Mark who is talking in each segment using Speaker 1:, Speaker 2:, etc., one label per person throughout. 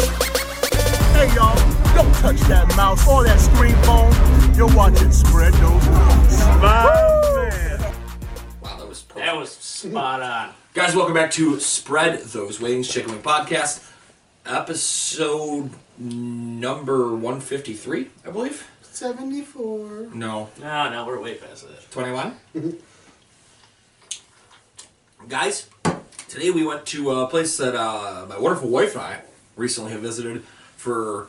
Speaker 1: Hey y'all, don't touch that mouse or that screen phone. You're watching Spread Those Rules.
Speaker 2: Wow, that was perfect.
Speaker 3: That was spot on.
Speaker 2: Guys, welcome back to Spread Those Wings Chicken Wing Podcast, episode number 153, I believe.
Speaker 4: 74.
Speaker 2: No,
Speaker 3: No, no, we're way past that.
Speaker 2: 21. Mm-hmm. Guys, today we went to a place that uh, my wonderful wife and I recently have visited for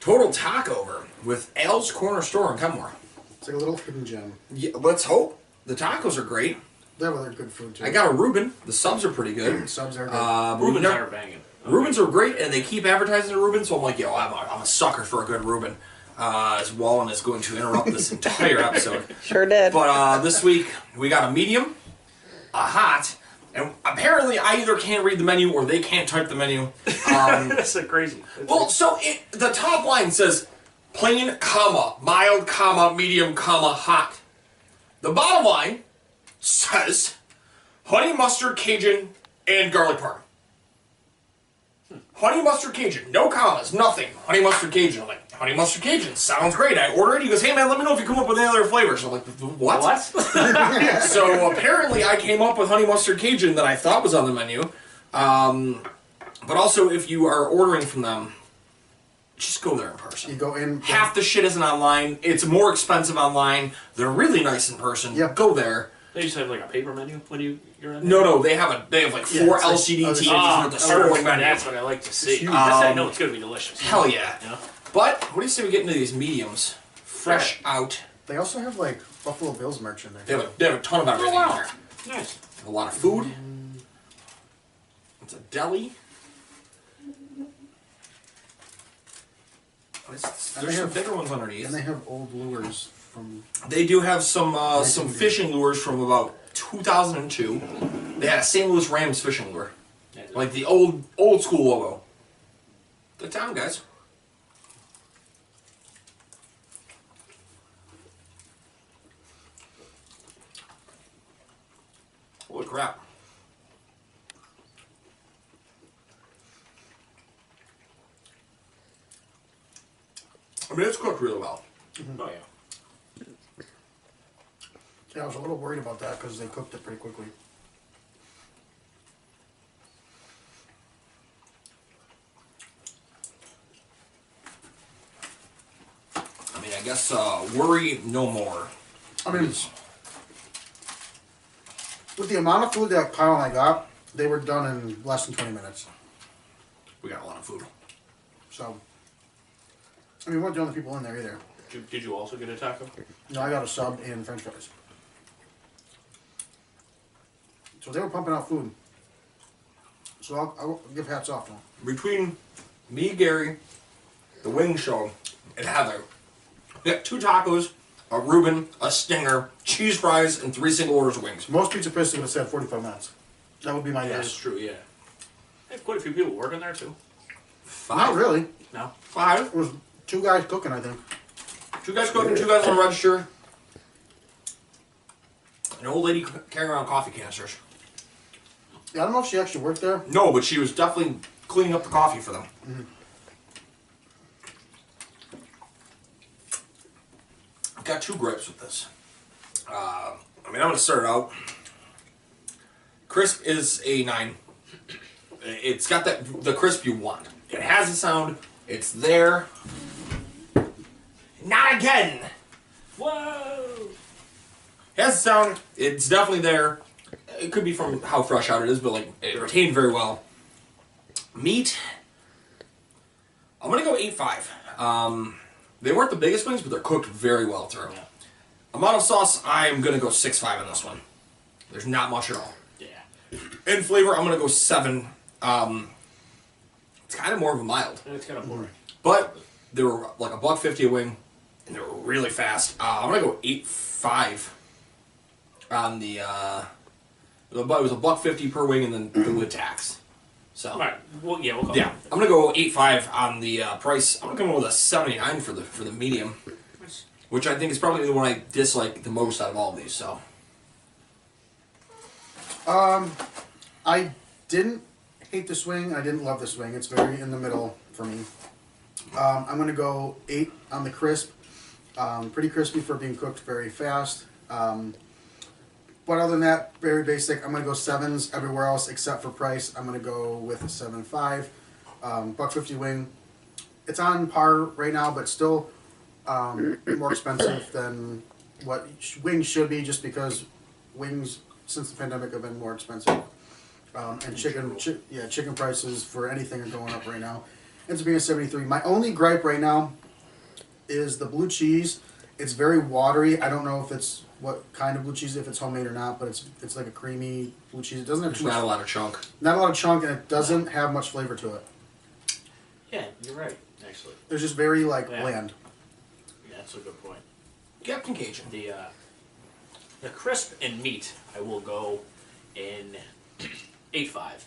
Speaker 2: Total Takeover with Al's Corner Store in Kenmore.
Speaker 4: It's like a little hidden gem.
Speaker 2: Yeah, let's hope. The tacos are great.
Speaker 4: That was a good food, too.
Speaker 2: I got a Reuben. The subs are pretty good.
Speaker 4: subs are good.
Speaker 2: Uh, but we've
Speaker 3: Rubens
Speaker 2: never-
Speaker 3: are banging.
Speaker 2: Rubens are great, and they keep advertising the Rubens. So I'm like, yo, I'm a, I'm a sucker for a good Reuben. Uh, as Wallen is going to interrupt this entire episode.
Speaker 5: Sure did.
Speaker 2: But uh, this week we got a medium, a hot, and apparently I either can't read the menu or they can't type the menu. Um,
Speaker 3: That's so crazy.
Speaker 2: well, so it, the top line says plain, comma mild, comma medium, comma hot. The bottom line says honey mustard Cajun and garlic parm. Honey mustard Cajun, no commas, nothing. Honey mustard Cajun. I'm like, honey mustard Cajun sounds great. I order it. He goes, hey man, let me know if you come up with any other flavors. I'm like, what?
Speaker 3: what?
Speaker 2: so apparently I came up with honey mustard Cajun that I thought was on the menu. Um, but also, if you are ordering from them, just go there in
Speaker 4: you
Speaker 2: person.
Speaker 4: go in.
Speaker 2: Half the shit isn't online. It's more expensive online. They're really nice in person.
Speaker 4: Yeah.
Speaker 2: Go there.
Speaker 3: they just have like a paper menu when you you're in.
Speaker 2: No, no, they have a they have like
Speaker 4: Yeah,
Speaker 2: four
Speaker 4: it's like
Speaker 2: LCD
Speaker 4: other
Speaker 2: TVs
Speaker 3: Ah,
Speaker 2: with the
Speaker 3: perfect.
Speaker 2: scrolling menu. Um,
Speaker 3: That's what I like to see.
Speaker 4: huge.
Speaker 3: That's how I know it's gonna be delicious.
Speaker 2: Hell yeah.
Speaker 3: Yeah.
Speaker 2: But what do you say we get into these mediums? Fresh out.
Speaker 4: They also have, like, Buffalo Bills merch in there.
Speaker 2: They have a, they have a ton of everything in
Speaker 3: Oh, wow.
Speaker 2: there.
Speaker 3: Nice.
Speaker 2: a lot of food. It's a deli. It's-
Speaker 4: And
Speaker 2: There's
Speaker 4: they
Speaker 2: some
Speaker 4: have-
Speaker 2: bigger ones
Speaker 4: And they
Speaker 2: underneath.
Speaker 4: have old lures from.
Speaker 2: They do have some uh, some
Speaker 4: food.
Speaker 2: fishing lures from about 2002. They had a St. Louis Rams fishing lure, like the old old school logo. Good time, guys. Holy crap! I mean, it's cooked really well.
Speaker 3: oh yeah.
Speaker 4: Yeah, I was a little worried about that because they cooked it pretty quickly.
Speaker 2: I mean, I guess uh, worry no more.
Speaker 4: I mean, with the amount of food that Kyle and I got, they were done in less than 20 minutes.
Speaker 2: We got a lot of food.
Speaker 4: So, I mean, we weren't the only people in there either.
Speaker 3: Did you, did you also get a taco?
Speaker 4: No, I got a sub and french fries. So they were pumping out food. So I'll, I'll give hats off to them.
Speaker 2: Between me, Gary, the wing show, and Heather, we got two tacos, a Reuben, a stinger, cheese fries, and three single orders of wings.
Speaker 4: Most pizza places would have said 45 minutes. That would be my
Speaker 3: That is
Speaker 4: guess.
Speaker 3: true. Yeah. They have quite a few people working there too.
Speaker 4: Not
Speaker 2: Five.
Speaker 4: really. It
Speaker 3: No.
Speaker 2: Five.
Speaker 4: was two guys cooking, I think.
Speaker 2: Two guys cooking, two guys on the register. An old lady c- carrying around coffee canisters.
Speaker 4: Yeah, I don't know if she actually worked there.
Speaker 2: No, but she was definitely cleaning up the coffee for them. I've got two gripes with this. Uh, I mean, I'm going to start out. Crisp is a nine. It's got that the crisp you want. It has a sound. It's there. Not again.
Speaker 3: Whoa.
Speaker 2: has sound. It's definitely there. It could be from how fresh out it is, but like it retained very well. Meat. I'm gonna go eight five. Um, they weren't the biggest wings, but they're cooked very well through. Amount of sauce, I'm gonna go six five on this one. There's not much at all.
Speaker 3: Yeah.
Speaker 2: In flavor, I'm gonna go seven. Um, it's kind of more of a mild.
Speaker 3: And it's kind of
Speaker 2: Mm.
Speaker 3: boring.
Speaker 2: But they were like a buck fifty a wing, and they were really fast. Uh, I'm gonna go eight five on the. Uh, the but it was a buck fifty per wing, and then the lid tax. So
Speaker 3: All right. Well, yeah, we'll call
Speaker 2: yeah, I'm gonna go eight five on the uh, price. I'm gonna come up with a seventy nine for the for the medium, which I think is probably the one I dislike the most out of all of these. So
Speaker 4: I didn't hate the swing. I didn't love the swing. It's very in the middle for me. Um, I'm gonna go eight on the crisp. Um, pretty crispy for being cooked very fast. Um, but other than that, very basic. I'm gonna go sevens everywhere else except for price. I'm gonna go with a seven five. Um, buck fifty wing. It's on par right now, but still um, more expensive than what sh- wings should be, just because wings since the pandemic have been more expensive. Um, and chicken, chi- yeah, chicken prices for anything are going up right now. It's being a seventy-three. My only gripe right now is the blue cheese. It's very watery. I don't know if it's what kind of blue cheese, if it's homemade or not, but it's it's like a creamy blue cheese. It doesn't have
Speaker 2: there's
Speaker 4: too
Speaker 2: not a
Speaker 4: much,
Speaker 2: lot of chunk.
Speaker 4: not a lot of chunk, and it doesn't have much flavor to it.
Speaker 3: Yeah, you're right. Actually,
Speaker 4: It's just very like
Speaker 3: Yeah.
Speaker 4: bland.
Speaker 3: that's a good point.
Speaker 2: Captain Cajun.
Speaker 3: The uh, the crisp and meat, I will go in eight five.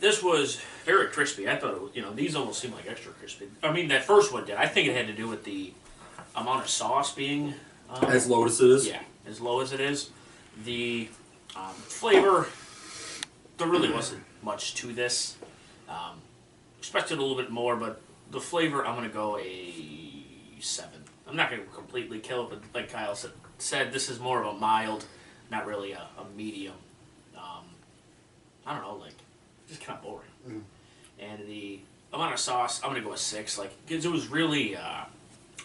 Speaker 3: This was very crispy. I thought it was, you know these almost seem like extra crispy. I mean that first one did. I think it had to do with the amount of sauce being um,
Speaker 2: As low as it is.
Speaker 3: yeah as low as it is. The um, flavor there really wasn't much to this. Um, expected a little bit more, but the flavor I'm gonna go a seven. I'm not gonna completely kill it, but like Kyle said, said this is more of a mild, not really a, a medium. Um, I don't know, like just kind of boring. And the amount of sauce, I'm gonna go a six, like because it was really uh,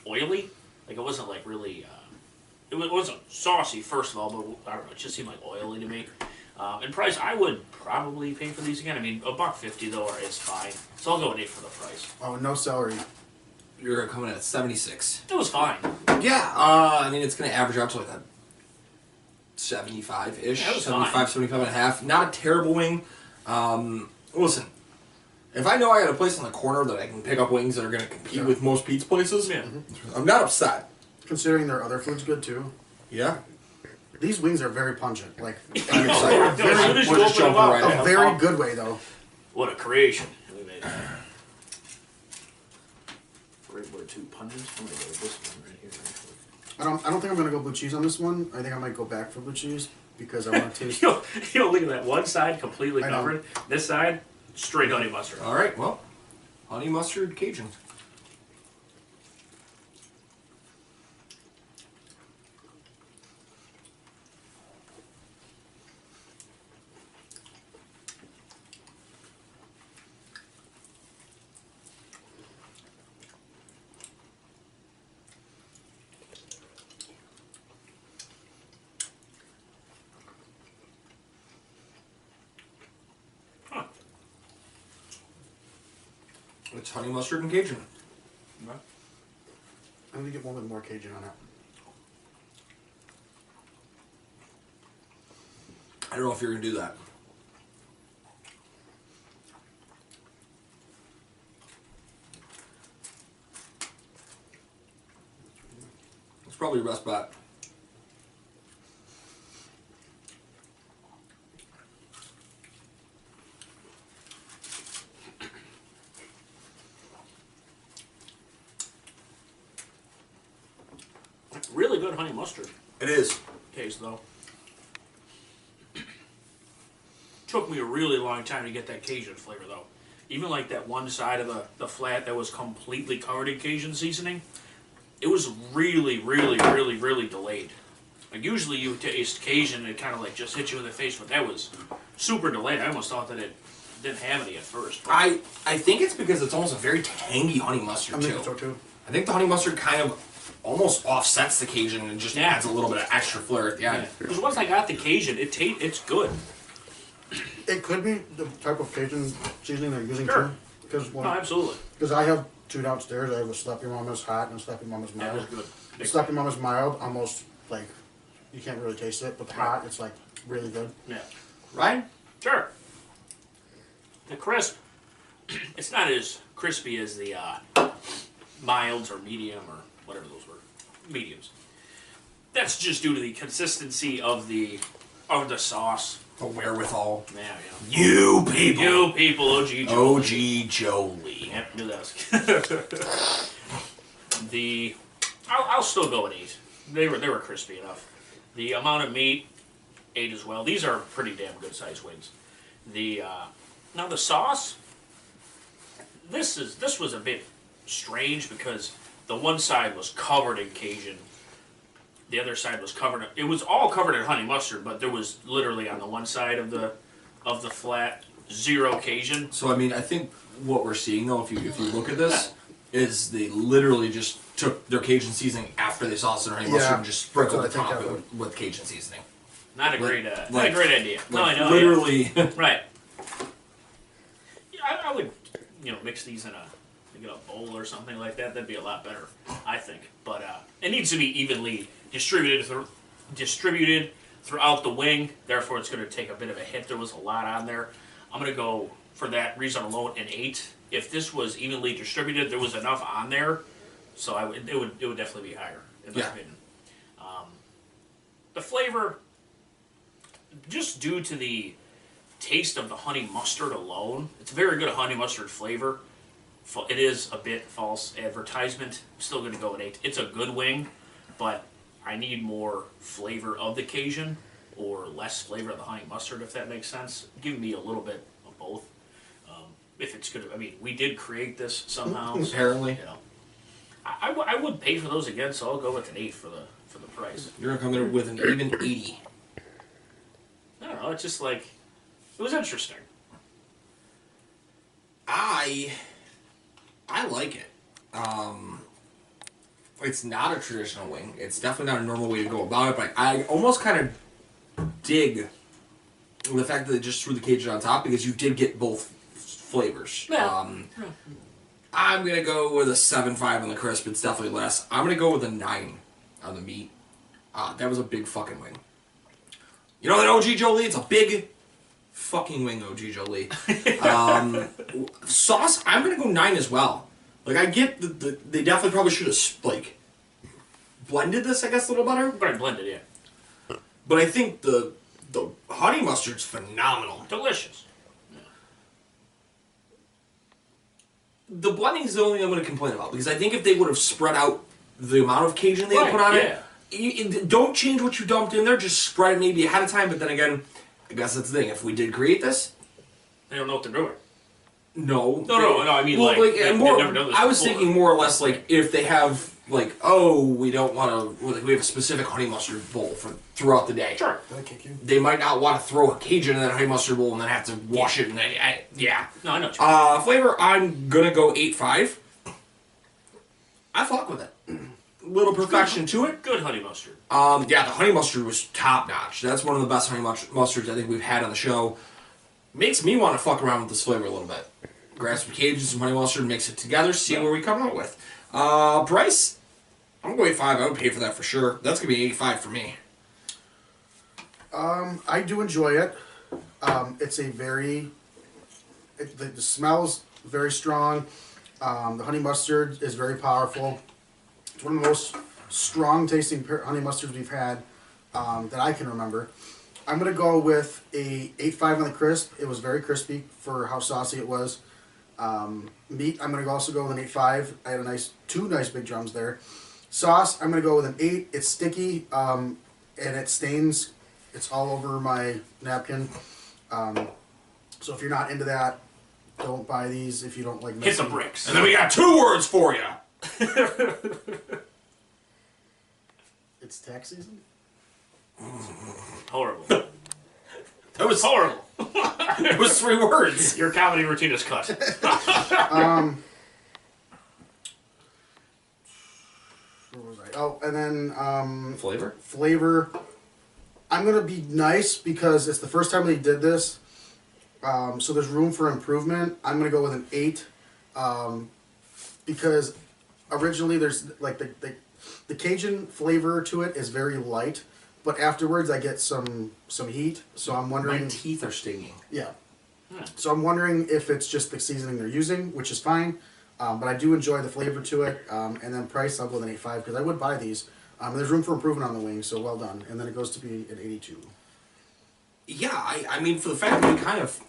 Speaker 3: oily. Like it wasn't like really. Uh, it wa- wasn't saucy, first of all, but I don't know. It just seemed like oily to me. Um, and price, I would probably pay for these again. I mean, a buck fifty though or is fine. So I'll go with eight for the price.
Speaker 4: Oh, no celery.
Speaker 2: You're coming in at seventy six.
Speaker 3: It was fine.
Speaker 2: Yeah, uh, I mean, it's going to average out to like a 75 ish,
Speaker 3: Yeah, that was
Speaker 2: 75,
Speaker 3: fine.
Speaker 2: 75 and a half. Not a terrible wing. Um, listen, if I know I got a place on the corner that I can pick up wings that are going to compete with most pizza places,
Speaker 3: Yeah.
Speaker 2: I'm not upset.
Speaker 4: Considering their other food's good too.
Speaker 2: Yeah.
Speaker 4: These wings are very pungent. Like
Speaker 2: I'm excited.
Speaker 3: No, as soon as
Speaker 2: We're
Speaker 3: you
Speaker 2: just
Speaker 3: open 'em
Speaker 2: jumping
Speaker 3: up,
Speaker 2: right
Speaker 3: oh,
Speaker 2: in.
Speaker 4: a
Speaker 3: yeah.
Speaker 4: very good way though.
Speaker 3: What a creation we made. Great word too. Pungent. I'm gonna go with this one right here. actually.
Speaker 4: I don't I don't think I'm gonna go blue cheese on this one. I think I might go back for blue cheese because I want to taste
Speaker 3: You know, you know, look at that one side completely
Speaker 4: I know.
Speaker 3: covered. This side, straight honey mustard.
Speaker 2: All right, well, honey mustard Cajun. It's honey mustard and Cajun.
Speaker 4: I'm gonna get one with more Cajun on it.
Speaker 2: I don't know if you're going to do that. It's probably your best bet.
Speaker 3: Really good honey mustard
Speaker 2: It is.
Speaker 3: taste though. Took me a really long time to get that Cajun flavor though. Even like that one side of the, the flat that was completely covered in Cajun seasoning, it was really, really, really, really delayed. Like usually you taste Cajun and it kind of like just hits you in the face, but that was super delayed. I almost thought that it didn't have any at first. but-
Speaker 2: I I think it's because it's almost a very tangy honey mustard
Speaker 4: I'm
Speaker 2: too.
Speaker 4: gonna go too.
Speaker 2: I think the honey mustard kind of almost offsets the Cajun and just
Speaker 3: Yeah.
Speaker 2: adds a little bit of extra flair at the end.
Speaker 3: Because once I got the Cajun, it ta- it's good.
Speaker 4: It could be the type of Cajun seasoning they're using
Speaker 3: Sure.
Speaker 4: too. Because
Speaker 3: No, absolutely.
Speaker 4: because I have two downstairs. I have a Slappy Mama's Hot and a Slappy Mama's
Speaker 3: That was
Speaker 4: Mild.
Speaker 3: good.
Speaker 4: The Slappy Mama's Mild almost like you can't really taste it, but the
Speaker 3: Right.
Speaker 4: hot it's like really good.
Speaker 3: Yeah.
Speaker 2: Right?
Speaker 3: Sure. The crisp, it's not as crispy as the uh, milds or medium or whatever those were, mediums. That's just due to the consistency of the of the sauce.
Speaker 2: The wherewithal.
Speaker 3: Yeah, yeah.
Speaker 2: You people.
Speaker 3: You people, OG Joe.
Speaker 2: OG Jolie.
Speaker 3: Yep, knew that was- the I'll, I'll still go with eight. They were they were crispy enough. The amount of meat eight as well. These are pretty damn good sized wings. The uh, now the sauce. This is this was a bit strange because the one side was covered in Cajun. The other side was covered. It was all covered in honey mustard, but there was literally on the one side of the of the flat zero Cajun.
Speaker 2: So I mean, I think what we're seeing though, if you if you look at this, is they literally just took their Cajun seasoning after they sauce and honey
Speaker 4: Yeah.
Speaker 2: mustard and just sprinkled the
Speaker 4: That's what I
Speaker 2: top
Speaker 4: think
Speaker 2: with, with Cajun seasoning.
Speaker 3: Not a
Speaker 2: Like-
Speaker 3: great, uh, not
Speaker 2: like-
Speaker 3: a great idea. no, I
Speaker 2: Like,
Speaker 3: know. yeah.
Speaker 2: Literally.
Speaker 3: Right. Yeah, I, I would, you know, mix these in a, like in a bowl or something like that. That'd be a lot better, I think. But uh, it needs to be evenly distributed, through, distributed throughout the wing. Therefore, it's going to take a bit of a hit. There was a lot on there. I'm going to go for that reason alone an eight. If this was evenly distributed, there was enough on there, so I would it would it would definitely be higher in my
Speaker 2: Yeah.
Speaker 3: opinion. Um, the flavor, just due to the taste of the honey mustard alone. It's a very good honey mustard flavor. Fa- It is a bit false advertisement. I'm still going to go with eight. It's a good wing, but I need more flavor of the Cajun or less flavor of the honey mustard, if that makes sense. Give me a little bit of both. Um, if it's good, I mean, we did create this somehow. so,
Speaker 2: Apparently.
Speaker 3: you know, I, I, w- I would pay for those again, so I'll go with an eight for the for the price.
Speaker 2: You're gonna come in with an even eighty.
Speaker 3: I don't know. It's just like it was interesting.
Speaker 2: I I like it. Um it's not a traditional wing. It's definitely not a normal way to go about it, but I almost kind of dig the fact that they just threw the Cajun on top because you did get both f- flavors.
Speaker 3: Yeah.
Speaker 2: Um I'm gonna go with a seven five on the crisp. It's definitely less. I'm gonna go with a nine on the meat. Ah, that was a big fucking wing. You know that OG Jolie? It's a big fucking wing, OG Jolie. um, w- sauce, I'm gonna go nine as well. Like I get the, the they definitely probably should have like blended this, I guess, a little better.
Speaker 3: But I blended in.
Speaker 2: But I think the the honey mustard's phenomenal.
Speaker 3: Delicious.
Speaker 2: The blending is the only thing I'm gonna complain about because I think if they would have spread out the amount of Cajun they had
Speaker 3: Right,
Speaker 2: put on
Speaker 3: yeah.
Speaker 2: it, you, you- don't change what you dumped in there. Just spread it maybe ahead of time. But then again, I guess that's the thing. If we did create this,
Speaker 3: They don't know what they're doing.
Speaker 2: No,
Speaker 3: No, no, no, I mean,
Speaker 2: well,
Speaker 3: like,
Speaker 2: like,
Speaker 3: they-
Speaker 2: and
Speaker 3: they've
Speaker 2: more.
Speaker 3: never done this
Speaker 2: I was
Speaker 3: before.
Speaker 2: thinking more or less like if they have like, oh, we don't want to. Like, we have a specific honey mustard bowl for throughout the day.
Speaker 3: Sure.
Speaker 4: Did I kick you?
Speaker 2: They might not want to throw a Cajun in that honey mustard bowl and then have to wash it. And I, I, yeah,
Speaker 3: No, I know. what you mean.
Speaker 2: uh, flavor. I'm gonna go eight five. I fuck with it. Little perfection to it.
Speaker 3: Good honey mustard.
Speaker 2: Um, yeah, the honey mustard was top notch. That's one of the best honey mus- mustards I think we've had on the show. Makes me want to fuck around with this flavor a little bit. Grab some Cajun, some honey mustard, mix it together, see what we come out with. Uh, price, I'm going five. I would pay for that for sure. That's gonna be eighty-five for me.
Speaker 4: I do enjoy it. Um, it's a very, it, the, the smell's very strong. Um, the honey mustard is very powerful. It's one of the most strong tasting pear- honey mustards we've had um, that I can remember. I'm gonna go with a 8.5 on the crisp. It was very crispy for how saucy it was. Um, meat, I'm gonna also go with an 8.5. I had a nice two nice big drums there. Sauce, I'm gonna go with an eight. It's sticky um, and it stains. It's all over my napkin. Um, so if you're not into that, don't buy these if you don't like.
Speaker 3: Hit the
Speaker 4: messy-
Speaker 3: bricks.
Speaker 2: And then we got two words for you.
Speaker 4: It's tax season.
Speaker 3: Horrible.
Speaker 2: That was
Speaker 3: Horrible.
Speaker 2: it was three words.
Speaker 3: Your comedy routine is cut.
Speaker 4: Where was I? Oh, and then um,
Speaker 2: Flavor?
Speaker 4: flavor. I'm gonna be nice because it's the first time they did this, um, so there's room for improvement. I'm gonna go with an eight, um, because originally there's like the, the the Cajun flavor to it is very light, but afterwards I get some some heat. So I'm
Speaker 2: My
Speaker 4: wondering.
Speaker 2: teeth are stinging.
Speaker 4: Yeah. So I'm wondering if it's just the seasoning they're using, which is fine, um, but I do enjoy the flavor to it. Um, and then price, I'll go with an 85 because I would buy these. Um, there's room for improvement on the wings, so well done. And then it goes to be an 82.
Speaker 2: Yeah, I, I mean, for the fact that we kind of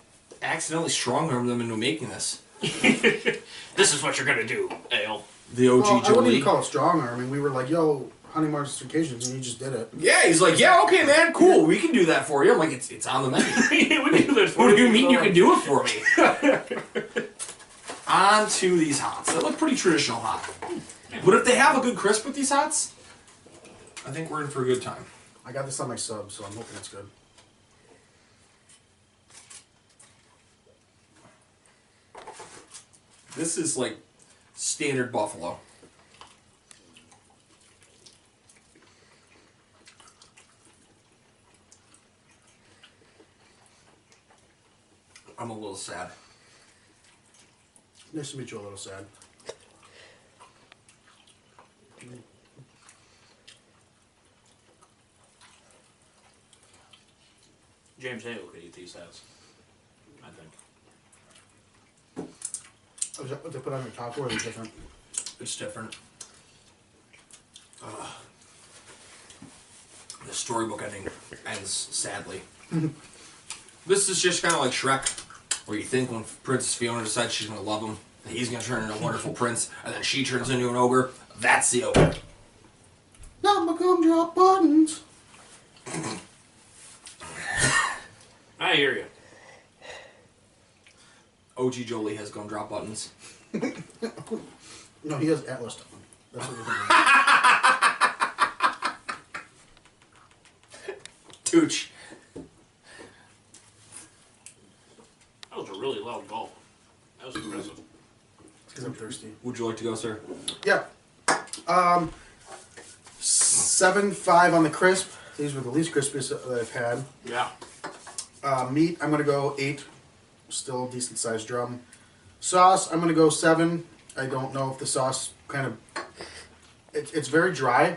Speaker 2: accidentally strong armed them into making this.
Speaker 3: This is what you're gonna do, ale.
Speaker 6: The OG
Speaker 4: Well, Oh, I wouldn't
Speaker 6: Julie.
Speaker 4: even call it strong arm. I mean, we were like, yo, honey mustard occasions, and you just did it.
Speaker 2: Yeah, he's like, yeah, okay, man, cool, we can do that for you. I'm like, it's, it's on the menu.
Speaker 3: we can do that for
Speaker 2: What do you mean you
Speaker 3: so-
Speaker 2: can do it for me? On to these hots. They look pretty traditional hot. But if they have a good crisp with these hots, I think we're in for a good time.
Speaker 4: I got this on my sub, so I'm hoping it's good.
Speaker 2: This is like standard buffalo. I'm a little sad.
Speaker 4: Nice to meet you, a little sad.
Speaker 3: James Ale could eat these as. I think.
Speaker 4: Is that what they put on your taco or is it different?
Speaker 2: It's different. Ugh. the storybook ending ends sadly. this is just kind of like Shrek, where you think when Princess Fiona decides she's gonna love him, that he's gonna turn into a wonderful prince, and then she turns into an ogre. That's the ogre.
Speaker 4: Not my gumdrop buttons.
Speaker 3: I hear you.
Speaker 2: OG Jolie has gumdrop buttons.
Speaker 4: No, he has Atlas on. That's what we're doing.
Speaker 2: Tooch.
Speaker 3: That was a really loud gulp. That was impressive.
Speaker 4: Because I'm thirsty.
Speaker 2: Would you like to go, sir?
Speaker 4: Yeah. Um, seven five on the crisp. These were the least crispiest that I've had.
Speaker 3: Yeah.
Speaker 4: Uh, meat, I'm gonna go eight. Still decent sized drum. Sauce, I'm gonna go seven. I don't know if the sauce kind of. It, it's very dry.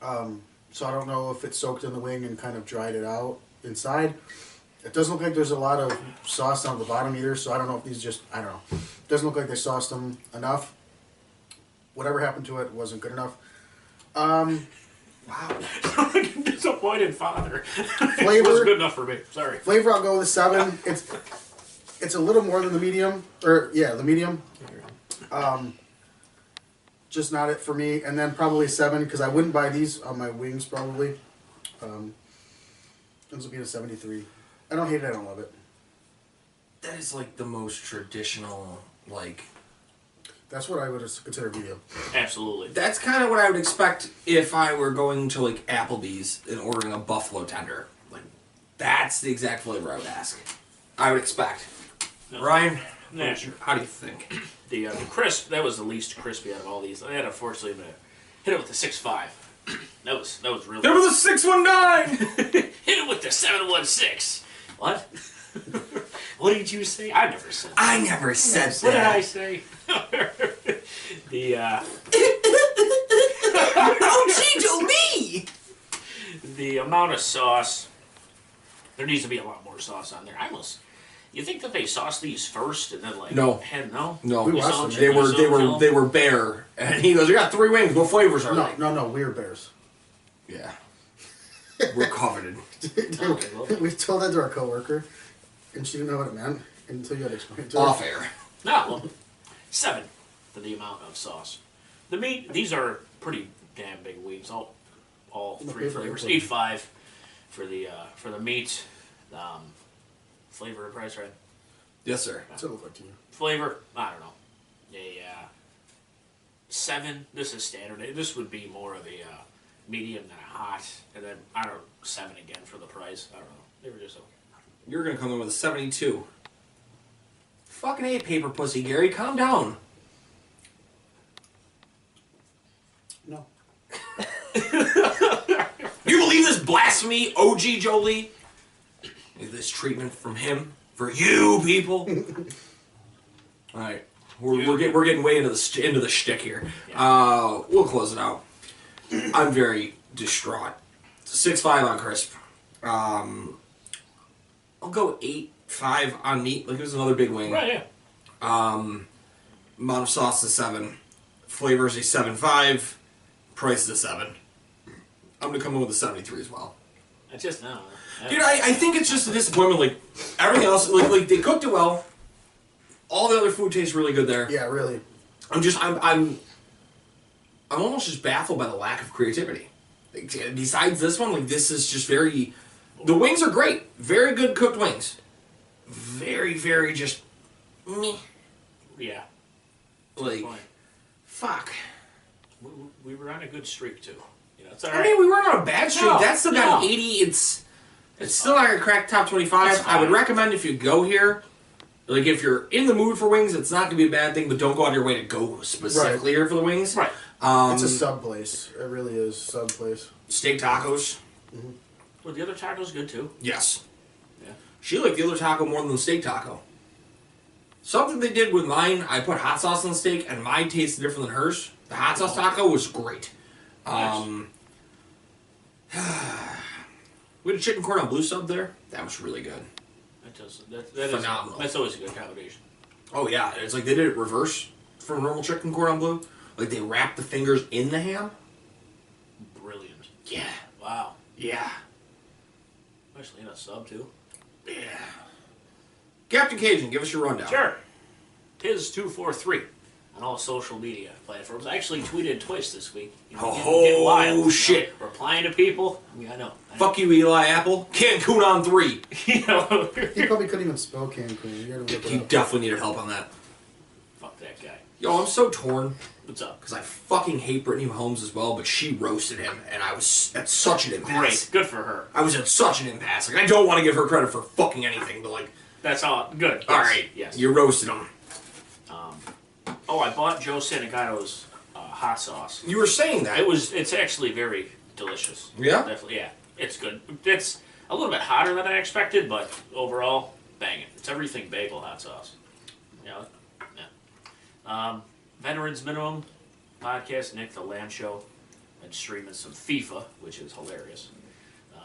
Speaker 4: Um, so I don't know if it soaked in the wing and kind of dried it out inside. It doesn't look like there's a lot of sauce on the bottom either, so I don't know if these just I don't know. Doesn't look like they sauced them enough. Whatever happened to it wasn't good enough.
Speaker 2: Wow.
Speaker 3: Disappointed father. it was
Speaker 4: Flavor.
Speaker 3: good enough for me. Sorry.
Speaker 4: Flavor, I'll go with a seven. It's it's a little more than the medium, or yeah, the medium. Um, just not it for me. And then probably seven because I wouldn't buy these on my wings probably. Um, this will be a seventy-three. I don't hate it. I don't love it.
Speaker 2: That is like the most traditional, like
Speaker 4: That's what I would consider medium.
Speaker 3: Absolutely.
Speaker 2: That's kind of what I would expect if I were going to like Applebee's and ordering a buffalo tender. Like, that's the exact flavor I would ask. I would expect. Ryan,
Speaker 3: Yeah, sure.
Speaker 2: how do you think?
Speaker 3: The uh, crisp, that was the least crispy out of all these. I had unfortunately gonna hit it with the six five. That was that was really
Speaker 2: There was a six one nine.
Speaker 3: hit it with the seven one six. What? what did you say? I never said that.
Speaker 2: I never said
Speaker 3: What did
Speaker 2: that.
Speaker 3: I say? the uh
Speaker 2: oh, gee, Jolie.
Speaker 3: the amount of sauce there needs to be a lot more sauce on there. I almost you think that they sauced these first and then like
Speaker 2: No.
Speaker 3: had no?
Speaker 2: No,
Speaker 4: We
Speaker 3: saw
Speaker 4: watched
Speaker 3: them-
Speaker 4: them.
Speaker 2: they were they
Speaker 3: you saw them
Speaker 2: were they
Speaker 3: kill
Speaker 2: were bare, and he goes, "You got three wings. What flavors are
Speaker 4: No,
Speaker 2: they?"
Speaker 4: no, no. Weird bears.
Speaker 2: Yeah, we're coveted.
Speaker 3: Okay, well-
Speaker 4: we told that to our coworker, and she didn't know what it meant until you had explained it to her.
Speaker 2: Off air.
Speaker 3: No, well, seven for the amount of sauce. The meat, these are pretty damn big wings. All, all
Speaker 4: My
Speaker 3: three
Speaker 4: favorite
Speaker 3: flavors.
Speaker 4: wing.
Speaker 3: Eight five for the uh, for the meat. Um, flavor and price, right?
Speaker 2: Yes, sir.
Speaker 4: That's what it looked like to you.
Speaker 3: Flavor, I don't know. A uh, seven. This is standard. This would be more of a uh, medium than a hot, and then I don't know, seven again for the price. I don't know. They were just okay.
Speaker 2: You're gonna come in with a 72. Fucking A, paper pussy, Gary. Calm down.
Speaker 4: No.
Speaker 2: You believe this blasphemy, OG Jolie? This treatment from him for you people? All right, we're, we're, get, we're getting way into the st- into the shtick here. Uh, we'll close it out. I'm very distraught. Six five on crisp. Um, I'll go eight five on meat. Like it was another big wing.
Speaker 3: Right, yeah.
Speaker 2: Amount of sauce is seven. Flavors a seven five. Price is a seven. I'm gonna come in with a seventy three as well.
Speaker 3: I just now.
Speaker 2: Dude, I, I think it's just a disappointment. Like everything else, like like they cooked it well. All the other food tastes really good there.
Speaker 4: Yeah, really.
Speaker 2: I'm just I'm I'm I'm almost just baffled by the lack of creativity. Like, besides this one, like this is just very. The wings are great. Very good cooked wings. Very very just meh.
Speaker 3: yeah.
Speaker 2: Like
Speaker 3: Fine.
Speaker 2: fuck.
Speaker 3: We, we were on a good streak too. You know, it's all
Speaker 2: I
Speaker 3: right.
Speaker 2: mean, we weren't on a bad streak.
Speaker 3: No,
Speaker 2: That's still got an
Speaker 3: no.
Speaker 2: 80. It's it's still not gonna crack top 25.
Speaker 3: It's
Speaker 2: I would
Speaker 3: fine.
Speaker 2: recommend if you go here, like if you're in the mood for wings, it's not gonna be a bad thing. But don't go out of your way to go specifically here for the wings.
Speaker 3: right.
Speaker 4: it's a sub place. It really is sub place.
Speaker 2: Steak tacos.
Speaker 3: Well, the other taco's good too.
Speaker 2: Yes.
Speaker 3: Yeah.
Speaker 2: She liked the other taco more than the steak taco. Something they did with mine, I put hot sauce on the steak, and mine tasted different than hers. The hot sauce taco was great. Um, we had a chicken corn on blue sub there. That was really good.
Speaker 3: That does. That, that is-
Speaker 2: Phenomenal.
Speaker 3: that's always a good combination.
Speaker 2: Oh yeah, it's like they did it reverse from normal chicken cordon bleu. Like they wrapped the fingers in the ham.
Speaker 3: Brilliant.
Speaker 2: Yeah,
Speaker 3: Wow.
Speaker 2: yeah,
Speaker 3: Especially in a sub too.
Speaker 2: yeah. Captain Cajun, give us your rundown.
Speaker 3: Sure. Tiz two four three on all social media platforms. I actually tweeted twice this week. You know, getting-
Speaker 2: Oh,
Speaker 3: getting wild, you know,
Speaker 2: shit.
Speaker 3: replying to people. I mean, I know. I know.
Speaker 2: Fuck you, Eli Apple. Cancun on three.
Speaker 3: you know.
Speaker 4: He probably couldn't even spell Cancun. You gotta look
Speaker 2: You
Speaker 4: it up.
Speaker 2: definitely needed help on that.
Speaker 3: Fuck that guy.
Speaker 2: Yo, I'm so torn
Speaker 3: What's up?
Speaker 2: because I fucking hate Brittany Holmes as well, but she roasted him, and I was at such an impasse.
Speaker 3: Great. Good for her.
Speaker 2: I was at such an impasse. Like I don't want to give her credit for fucking anything, but like,
Speaker 3: That's all. Good.
Speaker 2: all right,
Speaker 3: Yes.
Speaker 2: you roasted him.
Speaker 3: Oh, I bought Joe Santagato's uh, hot sauce.
Speaker 2: You were saying that.
Speaker 3: It was. It's actually very delicious.
Speaker 2: Yeah?
Speaker 3: Definitely. Yeah. It's good. It's a little bit hotter than I expected, but overall, banging. It's everything bagel hot sauce. Yeah. Yeah. Um, Veterans Minimum podcast, Nick the Lamb Show, and streaming some FIFA, which is hilarious. Um,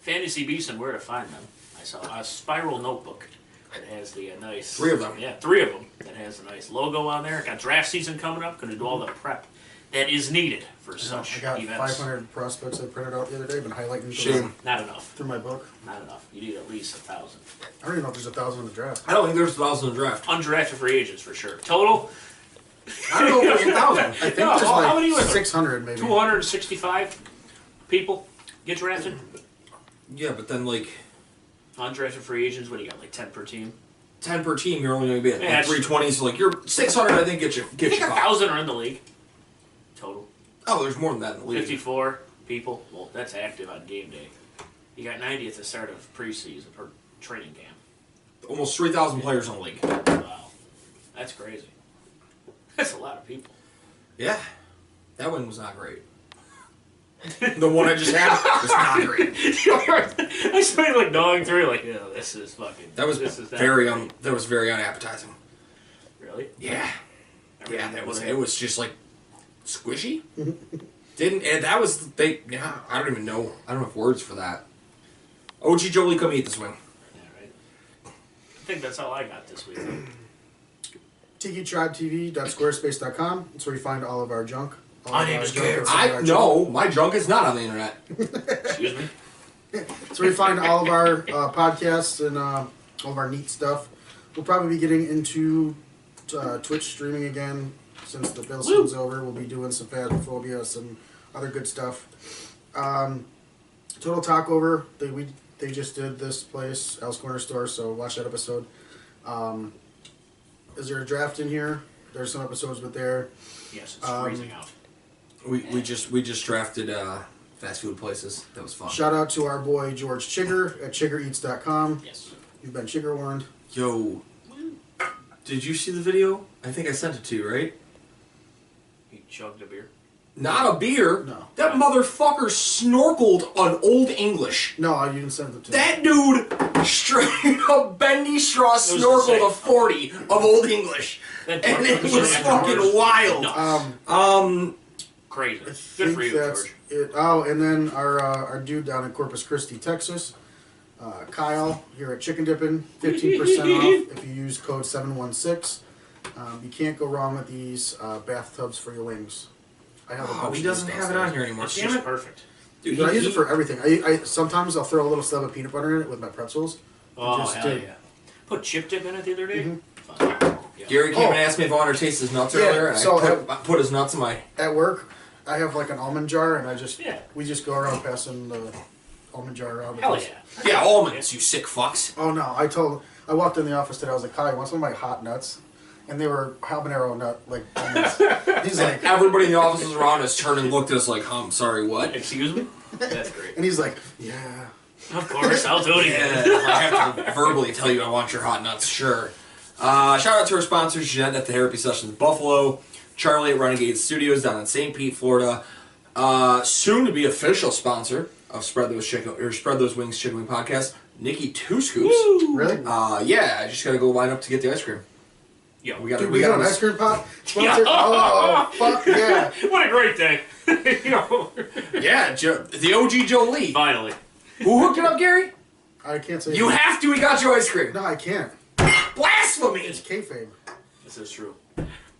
Speaker 3: Fantasy Beasts and Where to Find Them. I saw a spiral notebook that has the uh, nice
Speaker 2: Three of them.
Speaker 3: Yeah, three of them that has a nice logo on there. Got draft season coming up. Going to do all the prep that is needed for such
Speaker 4: I got
Speaker 3: events.
Speaker 4: 500 prospects I printed out the other day. Been highlighting through,
Speaker 2: Shame.
Speaker 3: Not enough.
Speaker 4: through my book.
Speaker 3: Not enough. You need at least a thousand.
Speaker 4: I don't even know if there's a thousand in the draft.
Speaker 2: I don't think there's a thousand in the draft.
Speaker 3: Undrafted free agents for sure. Total
Speaker 2: I don't know if there's a thousand.
Speaker 4: I think
Speaker 3: No,
Speaker 4: there's
Speaker 3: how-
Speaker 4: like
Speaker 3: how many was there?
Speaker 4: 600 maybe.
Speaker 3: 265 people get drafted.
Speaker 2: Yeah, but then like
Speaker 3: Undrafted free agents. What do you got? Like ten per team.
Speaker 2: ten per team, you're only gonna be at
Speaker 3: Yeah,
Speaker 2: like,
Speaker 3: it's-
Speaker 2: three twenty. So like you're six hundred, I think get you
Speaker 3: I
Speaker 2: get
Speaker 3: think
Speaker 2: you.
Speaker 3: a
Speaker 2: caught.
Speaker 3: thousand are in the league. Total
Speaker 2: Oh, there's more than that in the league.
Speaker 3: fifty-four people. Well, that's active on game day. You got ninety at the start of preseason or training camp.
Speaker 2: Almost three thousand players in the league.
Speaker 3: Wow, that's crazy. That's a lot of people.
Speaker 2: Yeah, that one was not great. the one I just had was not great.
Speaker 3: I started like gnawing through, like, yeah, this is fucking.
Speaker 2: That was
Speaker 3: this is that.
Speaker 2: very un. That was very unappetizing.
Speaker 3: really.
Speaker 2: Yeah, yeah, that was. It was just like squishy. Didn't and that was they? Yeah, I don't even know. I don't have words for that. OG Jolie, come eat this wing.
Speaker 3: Yeah, right. I think that's all I got this week.
Speaker 4: TikiTribeTV.squarespace.com. That's where you find all of our junk. All
Speaker 3: My
Speaker 4: of
Speaker 3: name
Speaker 4: our
Speaker 3: is
Speaker 4: junk,
Speaker 3: Gary.
Speaker 4: all of
Speaker 2: I
Speaker 4: our junk.
Speaker 2: no, my junk is not on the internet.
Speaker 3: Excuse me.
Speaker 4: That's where you find all of our uh, podcasts and uh, all of our neat stuff. We'll probably be getting into uh, Twitch streaming again since the bill season's over. We'll be doing some Phasmophobia, some other good stuff. Um, Total Talk Over, they, we, they just did this place, Al's Corner Store, so watch that episode. Um, is there a draft in here? There's some episodes with there.
Speaker 3: Yes, it's
Speaker 2: Um,
Speaker 3: freezing out.
Speaker 2: We, we just we just drafted uh, fast food places. That was fun.
Speaker 4: Shout out to our boy George Chigger at chiggereats.com.
Speaker 3: Yes.
Speaker 4: You've been chigger warned.
Speaker 2: Yo, did you see the video? I think I sent it to you, right?
Speaker 3: He chugged a beer.
Speaker 2: Not a beer.
Speaker 4: No.
Speaker 2: That motherfucker snorkeled on Old English.
Speaker 4: No, you didn't send it to me.
Speaker 2: That dude straight up Bendy Straw
Speaker 3: was
Speaker 2: snorkeled a 40
Speaker 3: insane.
Speaker 2: of Old English.
Speaker 3: That
Speaker 2: And
Speaker 3: dark
Speaker 2: it
Speaker 3: was
Speaker 2: was
Speaker 3: right
Speaker 2: fucking
Speaker 3: afterwards.
Speaker 2: wild.
Speaker 3: No.
Speaker 4: Um,
Speaker 3: Crazy. Good
Speaker 4: think
Speaker 3: for you,
Speaker 4: that's
Speaker 3: George.
Speaker 4: it. Oh, and then our uh, our dude down in Corpus Christi, Texas, uh, Kyle here at Chicken Dippin', fifteen percent off if you use code seven one six. Um, you can't go wrong with these uh, bathtubs for your wings. I have a
Speaker 2: Oh,
Speaker 4: bunch
Speaker 2: he
Speaker 4: of
Speaker 2: doesn't
Speaker 4: these
Speaker 2: have it
Speaker 4: downstairs.
Speaker 2: on here anymore.
Speaker 3: It's
Speaker 2: Damn
Speaker 3: just
Speaker 2: it.
Speaker 3: perfect.
Speaker 2: Dude,
Speaker 4: But I
Speaker 2: he-
Speaker 4: use it
Speaker 2: he-
Speaker 4: for everything. I, I sometimes I'll throw a little slab of peanut butter in it with my pretzels.
Speaker 3: Oh,
Speaker 4: Just
Speaker 3: hell
Speaker 4: do.
Speaker 3: yeah. Put chip dip in it the other day. Fuck yeah.
Speaker 2: Gary came
Speaker 4: Oh.
Speaker 2: and asked me if I wanted to taste his nuts
Speaker 4: Yeah,
Speaker 2: earlier, and
Speaker 4: so
Speaker 2: I, put,
Speaker 4: I-
Speaker 2: I put his nuts in my.
Speaker 4: At work, I have like an almond jar, and I just
Speaker 3: Yeah.
Speaker 4: we just go around passing the almond jar around.
Speaker 3: Hell
Speaker 4: because-
Speaker 3: yeah.
Speaker 2: Yeah, almonds, you sick fucks.
Speaker 4: Oh no! I told. I walked in the office today. I was like, "Hi, want some of my hot nuts?" And they were habanero nut like. almonds. he's like,
Speaker 2: Everybody in the office was around us, turned and looked at us like, "Huh, I'm sorry, what?
Speaker 3: Excuse me? That's great.
Speaker 4: and he's like, "Yeah."
Speaker 3: Of course, I'll do it again.
Speaker 2: Yeah, if I have to verbally tell you I want your hot nuts, sure. Uh, shout out to our sponsors, Jeanette at the Therapy Sessions Buffalo, Charlie at Renegade Studios down in St. Pete, Florida. Uh, soon to be official sponsor of Spread Those Chicken or Spread Those Wings Chicken Wing Podcast, Nikki Two Scoops.
Speaker 4: Really?
Speaker 2: Uh, yeah, I just gotta go line up to get the ice cream.
Speaker 3: Yeah,
Speaker 2: We got
Speaker 4: Dude, we, got an ice cream pop sponsor. Oh fuck yeah!
Speaker 3: What a great day. you know,
Speaker 2: Yeah, Joe, the OG Joe Lee.
Speaker 4: Uh,
Speaker 3: finally.
Speaker 2: Who hooked it up, Gary?
Speaker 4: I can't say.
Speaker 2: You have to. We got your ice cream.
Speaker 4: No, I can't.
Speaker 2: Blasphemy!
Speaker 4: It's kayfabe.
Speaker 3: This is true.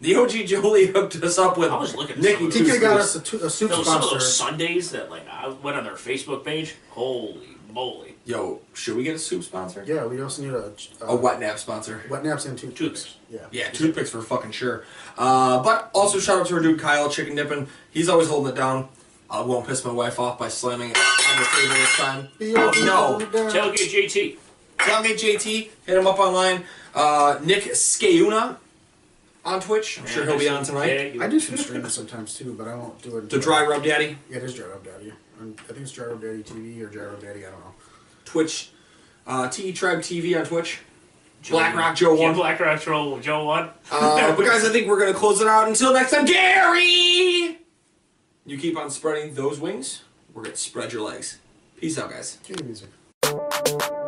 Speaker 2: The OG Joe Lee hooked us up with.
Speaker 3: I was looking at
Speaker 2: Nikki
Speaker 3: some
Speaker 2: Two
Speaker 3: of
Speaker 4: TK got us
Speaker 2: Scoops.
Speaker 4: a, tu- a soup
Speaker 3: Those, some of those
Speaker 4: sponsor.
Speaker 3: Sundays that like I went on their Facebook page. Holy moly!
Speaker 2: Yo, should we get a soup sponsor?
Speaker 4: Yeah, we also need a, a,
Speaker 2: A wet nap sponsor.
Speaker 4: wet naps and toothpicks.
Speaker 3: Toothpicks.
Speaker 4: Yeah.
Speaker 2: Oh. Yeah, toothpicks for fucking sure. Uh, but also shout out to our dude Kyle Chicken Dippin'. He's always holding it down. I won't piss my wife off by slamming it on the table this time. Oh, no.
Speaker 3: Tailgate JT.
Speaker 2: Tailgate JT, hit him up online. Uh, Nick Skayuna on Twitch. I'm sure he'll be on tonight.
Speaker 4: I do some streaming sometimes too, but I won't do it.
Speaker 2: The Dry Rub Daddy,
Speaker 4: Yeah, it is Dry Rub Daddy. And I think it's Dry Rub Daddy TV or Dry Rub Daddy. I don't know.
Speaker 2: Twitch, uh, TE Tribe TV on Twitch. BlackRock Joe
Speaker 3: Yeah,
Speaker 2: 1.
Speaker 3: Black Rock Troll Joe One.
Speaker 2: Uh, but guys, I think we're going to close it out until next time. Gary! You keep on spreading those wings, we're going to spread your legs. Peace out, guys.
Speaker 4: Cue the music.